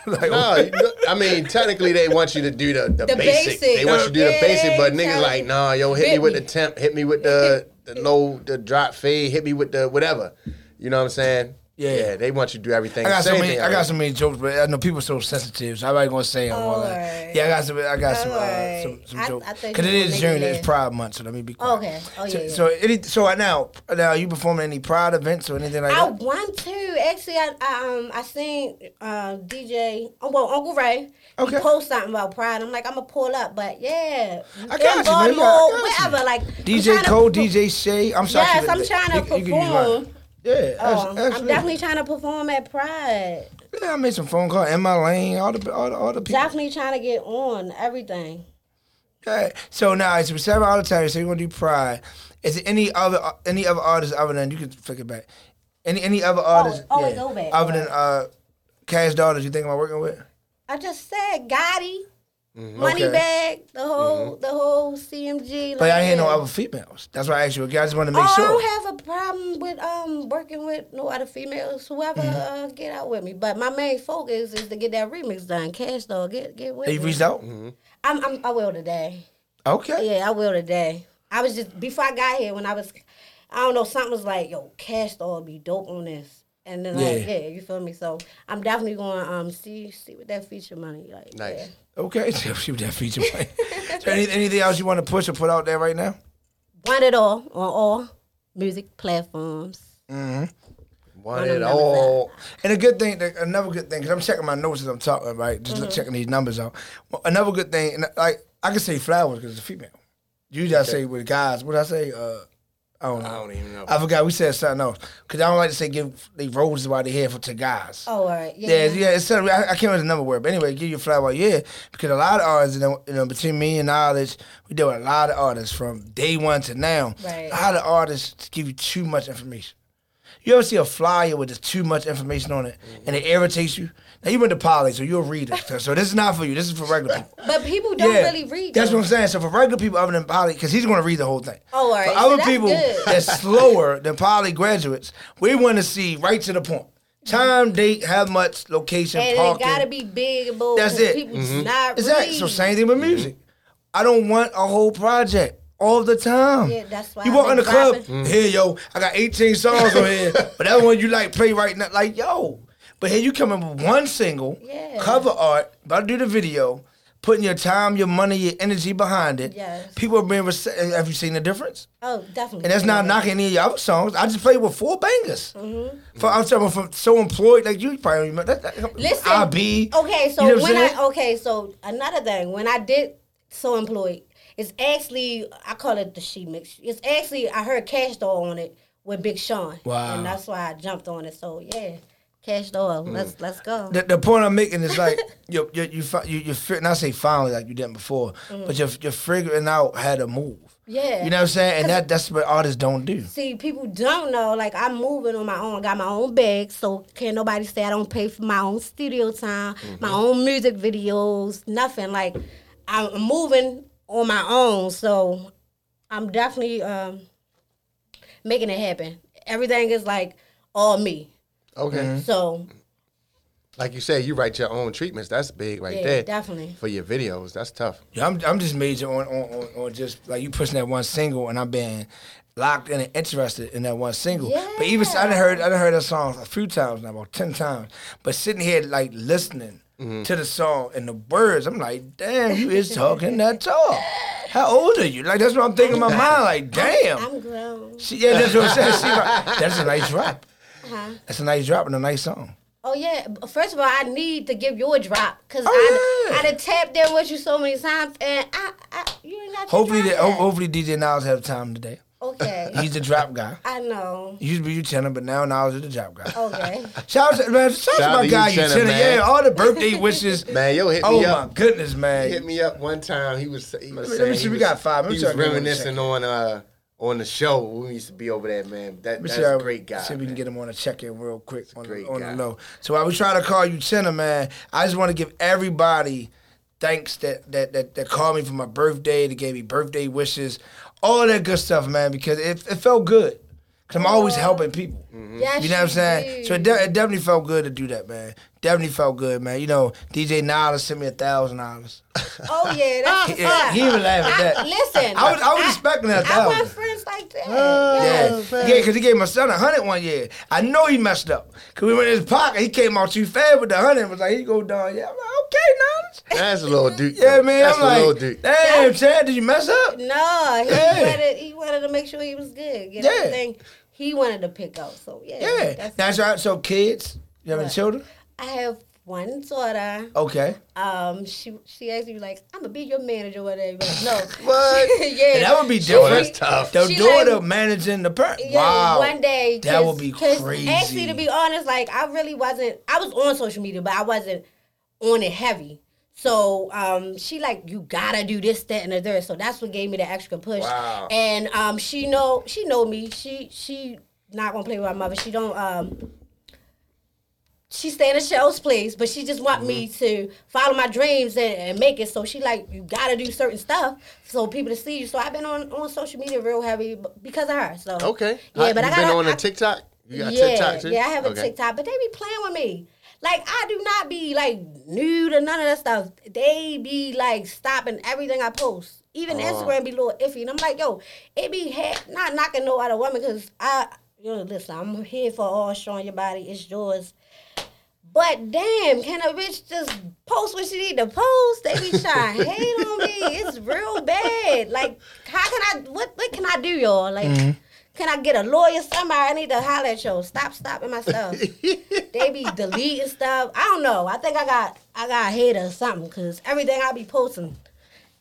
like,
No, you know, I mean technically they want you to do the, the,
The
basic. They
basic.
want you to do the
Yeah,
basic, but
they
niggas
tell
like,
you,
nah, yo, hit me
hit
with
me.
the temp, hit me with the the low, the drop fade, hit me with the whatever. You know what I'm saying?
Yeah.
they want you to do everything.
I got so
Same
many.
thing
I got
like-
so many jokes, but I know people are so sensitive. So I'm not gonna say them all that.
Alright.
Yeah, I got some. I got some, uh,
Alright.
some. Some
I-
jokes.
I think
Because it
you
is
gonna
during
make it
it's
in.
Pride Month, so let me be quiet.
Okay. Oh yeah.
So,
yeah.
so any so right now now are you performing any Pride events or anything like
I
that?
want to actually. I, I um I seen uh, DJ oh, well Uncle Ray
Okay.
he post something about Pride. I'm like I'm gonna pull up, but yeah,
I got you,
in
baby. I- I
Baltimore,
got you.
whatever. Like I'm
DJ
tryna
Cole,
perform-
DJ Shay. I'm sorry.
Yes,
she-
I'm trying to
you- you can use mine.
perform.
Yeah, abs-
Oh, I'm
absolutely.
definitely trying to perform at Pride.
Yeah, I made some phone call. Emma Lane, all the all the, all the people.
Definitely trying to get on everything.
Okay. So now it's seven all the time. So you're gonna do Pride. Is there any other any other artists other than you can flick it back? Any any other artists?
oh, it go back.
Other than uh, Cash Daughters, you think about working with?
I just said Gotti, Money
Mm-hmm. Okay. Mm-hmm.
Bag, the whole the whole CMG.
But I
like,
ain't no
yeah.
other females. That's why I asked you. again. I just want to
Oh,
make
I
sure.
don't have a problem with um working with no other females. Whoever
Mm-hmm.
uh, get out with me, but my main focus is to get that remix done. Cash though, get get with
They
me.
reached out.
I'm, I'm I will today.
Okay.
Yeah, I will today. I was just before I got here when I was, I don't know something was like yo Cash though be dope on this, and then like
Yeah.
yeah, you feel me? So I'm definitely going to um see see what that feature money like.
Nice.
yeah.
Okay. So shoot that feature. play. so any, anything else you want to push or put out there right now?
One it all on all music platforms.
Want
I
it
remember
all.
And a good thing, that- another good thing, because I'm checking my notes as I'm talking, right? Just look- checking these numbers out. Well, another good thing, and like I can say flowers because it's a female. You just say with guys. What I say? Uh, I don't know.
I don't even know.
I forgot. We said something else because I don't like to say give they roses while they here for to guys.
Oh, all right. Yeah.
Yeah, yeah, it's something- I, I can't remember the number word, but anyway, give you a flower. Yeah, because a lot of artists, you know, you know, between me and knowledge, we deal with a lot of artists from day one to now.
Right.
A lot of artists give you too much information. You ever see a flyer with just too much information on it, and it irritates you? Now you went to poly, so you're a reader, so, so this is not for you. This is for regular people.
But people don't
Yeah,
really read.
That's
though.
what I'm saying. So for regular people other than poly, because he's going to read the whole thing.
Oh, all right.
For
See,
other
that's
people
good.
that's slower than poly graduates, we want to see right to the point. Time, date, how much, location,
And it
parking.
gotta be big and bold.
That's
'cause
it.
People do not
exactly.
read.
So same thing with music. I don't want a whole project all the time.
Yeah, that's why
You
I've
walk in the
been
club,
dropping.
here, yo, I got 18 songs on here, but that one you like play right now, like yo. But here you coming with one single,
Yeah.
cover art, about to do the video, putting your time, your money, your energy behind it.
Yes.
People are being rece- eh, have you seen the difference?
oh, definitely.
And that's not knocking any of your other songs. I just played with four bangers.
Mm-hmm.
For, I'm talking from so employed, like you probably remember. That, that,
Listen.
I be
Okay, so
you know what I'm
when
saying?
I okay, so another thing when I did so employed, it's actually I call it the she mix. It's actually I heard Cash Doll on it with Big Sean.
Wow.
And that's why I jumped on it. So yeah, Cash Doll, let's
Mm.
let's go.
the, the point I'm making is like you you you fi- you you're fi- and I say finally like you didn't before, but you're you're figuring out how to move.
Mm. Yeah.
You know what I'm saying? And that that's what artists don't do.
See, people don't know. Like I'm moving on my own, got my own bag, so can't nobody say I don't pay for my own studio time, my
Mm-hmm.
own music videos, nothing. Like I'm moving on my own, so I'm definitely um, making it happen. Everything is like all me.
Okay.
Mm-hmm.
So
Like you said, you write your own treatments. That's big right
Yeah,
there.
definitely.
For your videos, that's tough.
Yeah, I'm I'm just major on on, on on just like you pushing that one single, and I've been locked in and interested in that one single. But even so, I done heard I done heard that song a few times now, about ten times. But sitting here like listening to the song and the words, I'm like, damn, you is talking that talk. How old are you? Like that's what I'm thinking in my mind. Like, damn.
I'm grown.
she, yeah, that's what I'm saying. She like, that's a nice drop. That's a nice drop and a nice song.
Oh yeah. B- First of all, I need to give you a drop because
Oh, yeah.
I I done tapped in with you so many times, and I, I you ain't got. your
Hopefully,
drop
that, ho-
yet.
hopefully DJ Niles have time today.
Okay.
He's the drop guy.
I know.
He used to be you channel, but now Niles is the drop guy.
Okay.
Shout out to, man, shout
Shout
out to my
to
guy,
you, Jenna,
Utina.
man.
Yeah, all the birthday wishes.
Man, yo hit
oh
me
my
up.
goodness,
He hit
man.
me up one time. He was,
Let
he was
me- let me
saying
see,
he
we
was-
got five. Let me
He
see
was
if I can get one
reminiscing on uh on the show. We used to be over there, man. That,
Let me
that's
see how-
a great guy.
See if we can
man.
get him on a check in real quick on, the,
great
on the
guy.
low. So while we try to call you Utina, man, I just want to give everybody thanks that that, that that called me for my birthday. They gave me birthday wishes, all that good stuff, man. Because it, it felt good. Cause I'm always helping people.
Yes,
You know what I'm saying?
do.
So it, de- it definitely felt good to do that, man. Definitely felt good, man. You know, DJ Niles sent me a thousand dollars.
oh yeah, that's what's
Ah, Yeah,
up.
he would laugh at
I-
that.
listen,
I was- I was expecting that
I want
thousand.
friends like that.
Yeah,
yes.
yeah, because he gave my son a hundred one year. I know he messed up. Cause we went in his pocket. He came out too fast with the hundred. and Was like, he go down. Yeah, I'm like, okay, Niles.
That's a little dude.
Yeah,
though.
man.
That's
I'm
a little
like,
dude.
damn, Chad, did you mess up?
No, he
Yeah.
wanted he wanted to make sure he was good. Get
Yeah.
everything he wanted to pick up. So yeah,
Yeah.
That's,
That's right. So kids, you have any
What?
children?
I have one daughter.
Okay.
Um, she she asked me like, "I'm gonna be your manager, or whatever." Like, no,
What?
yeah,
that would be
Oh,
different.
that's tough.
The
She
daughter
like-
managing the parent.
Yeah,
wow.
one day.
That
cause-
would be
'cause
crazy.
Actually, to be honest, like I really wasn't. I was on social media, but I wasn't on it heavy. So um, she like, you gotta do this, that, and the third. So that's what gave me the extra push.
Wow.
And um, she know she know me. She she not gonna play with my mother. She don't um she stay in a shell's place, but she just want me to follow my dreams and, and make it. So she like, you gotta do certain stuff so people to see you. So I've been on, on social media real heavy b- because of her. So
Okay.
yeah,
How-
but
you
I got
been on
a
a TikTok. You got
yeah,
TikTok too.
yeah, I have a
Okay.
TikTok, but they be playing with me. Like I do not be like nude or none of that stuff. They be like stopping everything I post. Even
Uh-huh.
Instagram be a little iffy, and I'm like, yo, it be ha- not knocking no other woman because I, yo, listen, I'm here for all showing your body, it's yours. But damn, can a bitch just post what she need to post? They be trying to hate on me. It's real bad. Like, how can I? What what can I do, y'all? Like, can I get a lawyer? Somebody I need to holler at y'all. Stop stopping my stuff. they be deleting stuff. I don't know. I think I got I got hate or something because everything I be posting,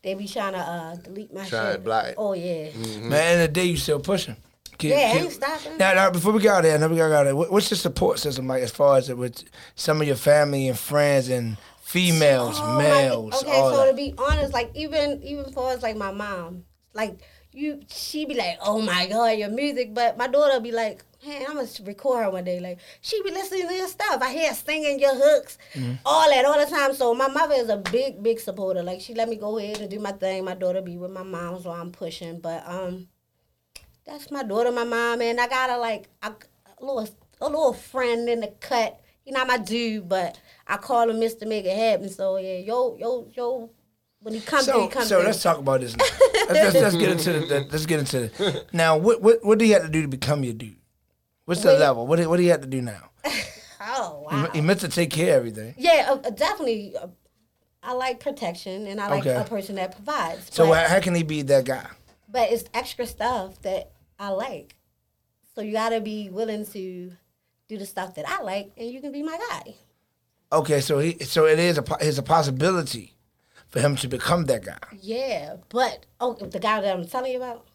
they be trying to uh, delete my
Try
shit.
to block it. Mm-hmm.
Oh yeah.
Man, in the day you still pushing. Kid,
Yeah, ain't stopping.
Now, now, before we get out of there, now we got out of there. What, what's your support system like as far as with some of your family and friends and females,
Oh, my-
males,
okay,
all
so
that?
to be honest, like even even for us, like my mom, like you, she be like, "Oh my god, your music," but my daughter be like. Man, I'm gonna record her one day. Like she be listening to your stuff. I hear her singing your hooks,
Mm-hmm.
all that, all the time. So my mother is a big, big supporter. Like she let me go ahead and do my thing. My daughter be with my mom, so I'm pushing. But um, that's my daughter, my mom, and I got a like a, a little a little friend in the cut. He not my dude, but I call him Mr. Make It Happen. So yeah, yo yo yo, when he comes, through, he
So,
comes.
so
through.
let's talk about this. Now. let's, let's, let's get into the, let's get into the. Now, what, what what do you have to do to become your dude? What's the level? What do- what do you have to do now?
oh
You
wow.
You meant to take care of everything.
Yeah, uh, uh, definitely. Uh, I like protection, and I like
Okay.
a person that provides.
So
but,
how, how can he be that guy?
but it's extra stuff that I like. So you gotta be willing to do the stuff that I like, and you can be my guy.
Okay, so he so it is a po- it's a possibility for him to become that guy.
Yeah, but oh, the guy that I'm telling you about,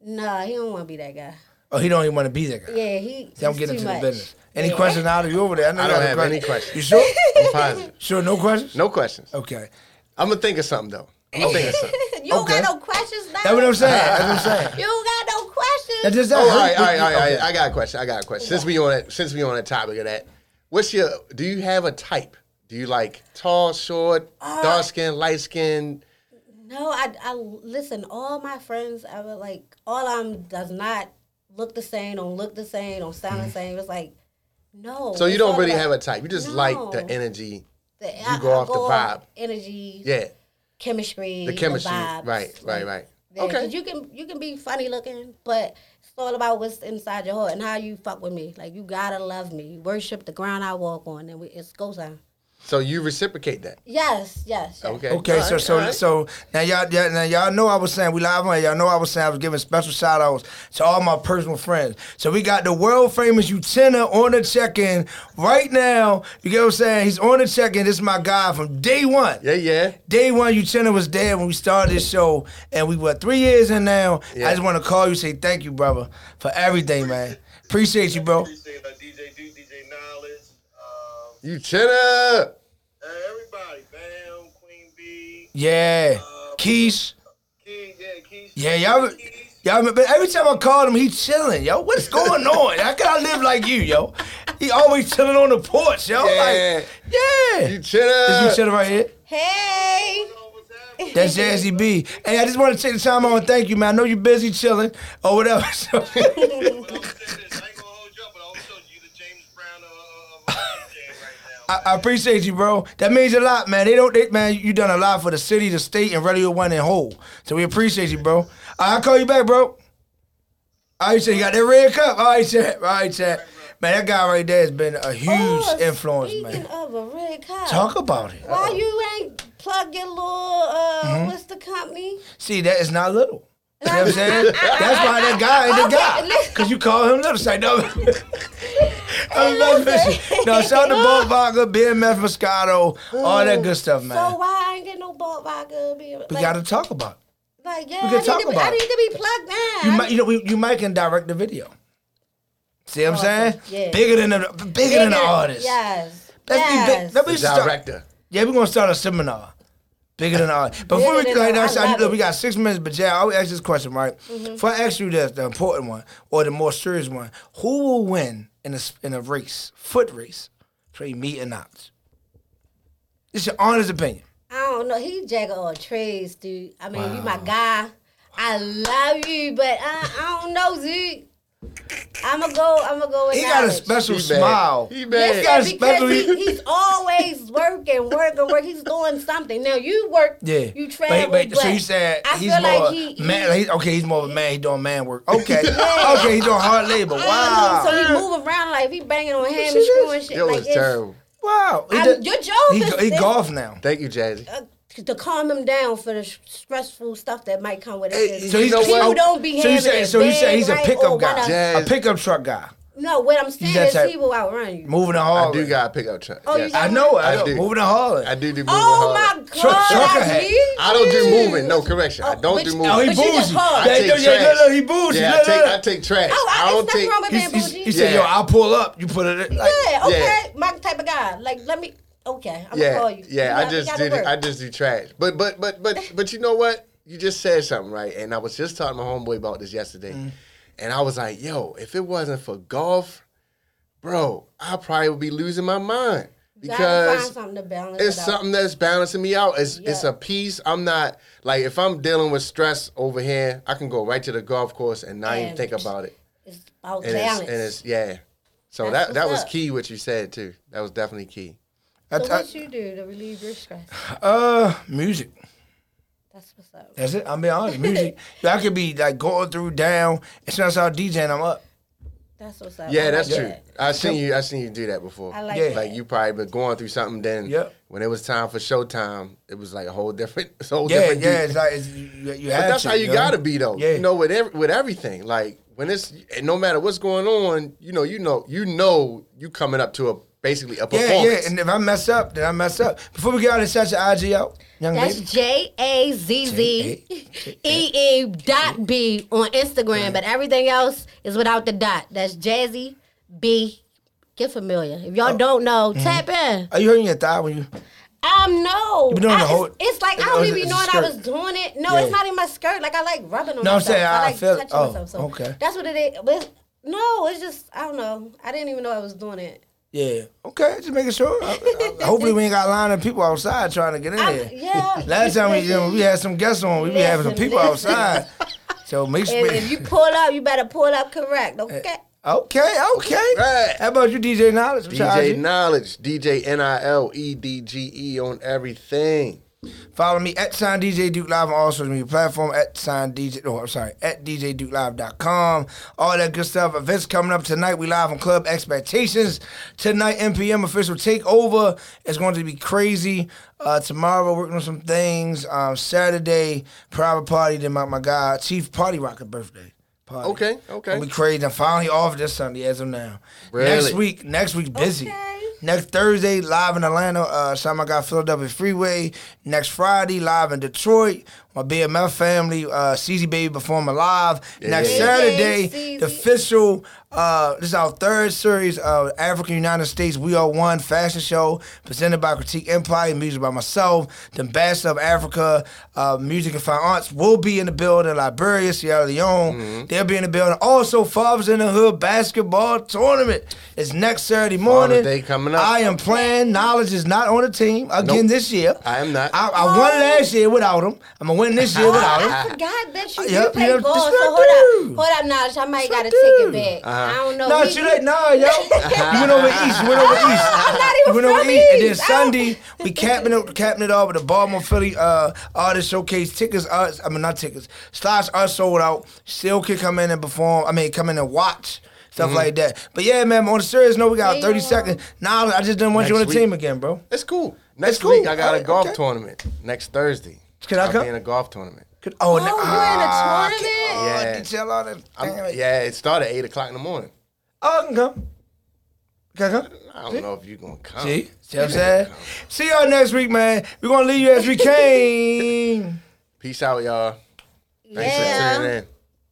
nah, he don't want to be that guy.
Oh, he don't even want to be that guy.
Yeah, he.
See, I'm
he's
getting
too
into
much.
the business. Any questions out of you over there? know
I
you
don't
got a
have
question.
any questions.
You sure?
I'm positive.
sure, no questions?
No questions.
Okay.
I'm gonna think of something though. I'm gonna think of something.
question. You don't
Okay.
got no questions now.
That's what I'm saying. That's what I'm saying.
You don't got no questions.
That's just that.
Oh, all right, all right, all right, all right. I got a question. I got a question. Since we on that, since we on the topic of that, what's your? Do you have a type? Do you like tall, short,
Uh,
dark skin, light skin?
No, I, I listen. All my friends, I was like, all of them does not look the same, don't look the same, don't sound
Mm-hmm.
the same. It's like, no.
So you
it's
don't
all
really
about
have a type. You just like the
No.
energy.
the-
you go off the vibe.
energy,
Yeah,
chemistry,
the chemistry.
vibes.
right, right, right.
Yeah, 'cause You can you can be funny looking, but it's all about what's inside your heart and how you fuck with me. Like you gotta love me, worship the ground I walk on, and we, it's go time.
So you reciprocate that.
Yes, yes, yes.
Okay.
Okay, so so so now y'all, y'all now y'all know I was saying we live on. here. Y'all know I was saying I was giving special shout outs to all my personal friends. So we got the world famous Utenna on the check in right now. You get what I'm saying? He's on the check in. This is my guy from day one.
Yeah, yeah.
Day one, Utenna was there when we started this show, and we were three years in now.
Yeah.
I just want to call you, say thank you, brother, for everything, man. Appreciate you, bro.
Appreciate that DJ Duke, DJ Knowledge, um,
You cheddar.
uh, everybody, Bam, Queen B,
Yeah, Keys.
King, yeah, Keisha.
Yeah, y'all, y'all. But every time I called him, he chilling, yo. What's going on? How can I live like you, yo? He always chilling on the porch, yo.
Yeah.
Like, yeah.
You
Is you
cheddar.
chilling right here?
Hey,
That's Jazzy B. Hey, I just want to take the time out and thank you, man. I know you're busy chilling or whatever. So, I, I appreciate you, bro. That means a lot, man. They don't, they, man. You done a lot for the city, the state, and Radio One and whole. So we appreciate you, bro. I'll call you back, bro. All right, so you got that red cup. All right, chat. All right, chat. Man, that guy right there has been a huge
Oh,
influence,
speaking
man.
of a red cop,
Talk about it. Mm-hmm.
why you ain't plug your little uh, what's the company?
See, that is not little. You know what I'm saying? That's why that guy ain't the guy. Because you call him little. It's like, no. I'm not fishing. No, shout out to Bob Vodka, BMF Moscato, all that good stuff, man.
So why I ain't get no bulk vodka? Be- Like,
we got to talk about it.
like yeah,
we
I,
can
need
talk
to be, I
about it.
need to be plugged in.
You
I
might,
need-
you know, we- you might can direct the video. See what I'm saying?
yeah.
Bigger than the bigger, than the artist.
Yes.
Let's be big-
yes.
let me
The
start-
director.
Yeah, we're gonna start a seminar. Bigger than all. Before
Bigger
we
than
like
all.
that,
I
I,
love
look, we
it. Mm-hmm.
got six minutes, but Jay, I'll ask this question, right? Before I ask you this, the important one or the more serious one, who will win in a s- in a race, foot race, between me and Ops? It's your honest opinion.
I don't know. He jack of all trades, dude. I mean, you my guy. I love you, but I, I don't know, Zeke. I'ma go. I'ma go with
He got a
knowledge.
special
He bad.
smile.
He
Listen,
He
bad.
got a special-
because he, he's always working, working, work. He's doing something. Now you work.
Yeah.
You
But-
travel.
But, so
but
you said
I
he's
feel
more
like he, he
man. like, he- okay, he's more of a man. He's doing man work. Okay. okay, he's doing hard labor. Wow.
So he move around like if he banging on him
see
and
this?
screwing shit.
Yo,
like
it's terrible.
wow. He
I-
did-
your job
he,
is
go- he
this-
golf now.
Thank you, Jazzy.
uh, to calm him down for the sh- stressful stuff that might come with it.
So he's,
know
people
what?
don't be
So you say so you say he's a
Oh,
pickup guy,
Yeah.
a pickup truck guy,
No, what I'm saying
that
is
type.
he will outrun you.
moving to
I
Harlem.
do got a pickup truck.
Oh, you
Yes.
got-
I know, I
I
know.
do.
Moving to Harlem.
I do do moving.
Oh
hard.
my god!
Truck- trucker
I
hat.
need
I don't do
you.
moving. No correction. I don't
but
do
you-
moving.
Oh,
Oh, he
But you just
bougie.
hard.
Yeah,
I
he-
take
yeah,
trash.
look, he bougie.
Yeah,
Look,
I take,
look,
I
look.
take trash.
Oh, I,
I don't
there's nothing
take.
wrong with
He's-
being
he's-
bougie.
He said,
Yeah.
"Yo, I'll pull up." You put it like
yeah, okay,
Yeah.
my type of guy. Like, let me. Okay, I'm gonna
yeah,
call you.
yeah.
You
I
got-
just
you gotta
did. it.
work.
I just do trash. But but but but but you know what? You just said something right, and I was just talking to my homeboy about this yesterday,
Mm.
and I was like, "Yo, if it wasn't for golf, bro, I probably would be losing my mind
You gotta find
because."
something to balance
It's
it out.
something that's balancing me out. It's it's
Yeah.
a piece. I'm not like if I'm dealing with stress over here, I can go right to the golf course and not even
And-
think about it.
It's about
And
balance.
it's, and it's yeah. So
That's
that that was
what's up.
key what you said too. That was definitely key.
so
that.
what you do to relieve your stress?
Uh, music.
That's what's up.
That's it. I'm being honest. Music. Yo, I could be like going through down. It's not how DJing. I'm up.
That's what's up. I
Yeah,
like
that's
that.
true. I seen you. I seen you do that before.
I like
Yeah.
that.
Like you probably been going through something. Then
Yep.
when it was time for showtime, it was like a whole different, it's a whole
Yeah,
different.
yeah.
beat.
It's like it's, you, you
But
have
that's
to,
how you
know?
gotta be though.
Yeah.
You know, with every, with everything, like when it's and no matter what's going on, you know, you know, you know, you coming up to a basically a
Yeah,
performance.
yeah. And if I mess up, then I mess up. Before we get out and shout your IG out, young
That's
lady.
J A Z Z E E dot B on Instagram, but everything else is without the dot. That's Jazzy B. Get familiar. If y'all don't know, tap in.
Are you hurting your thigh when you?
Um, no.
You been doing
I-
the whole-
it's, it's like I
Oh,
don't
it's-
even
it's a
know what I
skirt.
was doing it. No,
Yeah.
it's not in my skirt. Like I like rubbing on.
No, I'm
myself.
saying, I
like
feel-
touching
oh,
myself. So
okay.
That's what it is. But it's- no, it's just I don't know. I didn't even know I was doing it.
Yeah. Okay, just making sure. I, I- hopefully, we ain't got a line of people outside trying to get in
I'm-
here.
yeah.
Last time we did, we had some guests on. We be having some
Listen,
people
listen.
outside. So make sure.
And if you pull up, you better pull up correct.
Eh,
Okay.
Okay, okay.
Right.
How about you, DJ Knowledge? What's your
DJ
IG?
Knowledge, DJ N I L E D G E on everything.
Follow me at sign DJ Duke Live on all social media platform at sign DJ. No, I'm sorry, at DJ Duke Live.com. All that good stuff. Events coming up tonight. We live on Club Expectations tonight. NPM official takeover. It's going to be crazy. Uh, tomorrow working on some things. Um, Saturday private party. Then my my guy Chief Party Rocker birthday. Party.
Okay, okay.
We crazy. I'm finally off this Sunday as of now.
Really?
Next week, next week busy.
Okay.
Next Thursday, live in Atlanta. Uh, some I got Philadelphia Freeway. Next Friday, live in Detroit. My BMF family, uh, CZ Baby performing live. Next
Yeah,
Saturday,
CZ.
the official. Uh, this is our third series of African United States We Are One fashion show presented by Critique Empire, music by myself, the Ambassador of Africa, uh, Music and Fine Arts will be in the building, Liberia, Sierra Leone,
Mm-hmm.
they'll be in the building. Also, Fathers in the Hood basketball tournament is next Saturday morning.
Day coming up.
I am playing. Knowledge is not on the team again
Nope.
this year.
I am not.
I, I won last year without him. I'm gonna win this year without him.
Ah, I forgot that you,
Yeah,
you play
yeah,
ball.
that's
So
what I
hold
do.
up, hold up, knowledge. I
That's
might
what
gotta
I
take
do.
it back. I don't know.
No,
We-
Uh-huh. she like, nah, yo. you went over east. You went over east.
I'm not
You
even
went over
from
east. And then
East.
Sunday, we capping it, capping it all with the Baltimore Philly uh, artist showcase. Tickets are, I mean, not tickets. Slots are sold out. Still can come in and perform. I mean, come in and watch. Stuff
Mm-hmm.
like that. But yeah, man, on the serious note, we got
Yeah,
30
you are.
seconds. Now, I just didn't want you on
Next
the
week.
team again, bro.
It's cool. Next
cool.
week I got
Alright,
a golf
okay.
tournament. Next Thursday.
Can I
I'll
come?
be in a golf tournament.
Could- Oh, no.
Oh, we're in a tournament.
Oh,
Yeah.
detail all that. Damn
I'm,
it.
yeah, it started at eight o'clock in the morning.
Oh, I can come. Can I come?
I don't know if you're gonna come.
See? See what I'm saying? See y'all next week, man. We're gonna leave you as we came.
Peace out, y'all. Thanks
Yeah.
for tuning in.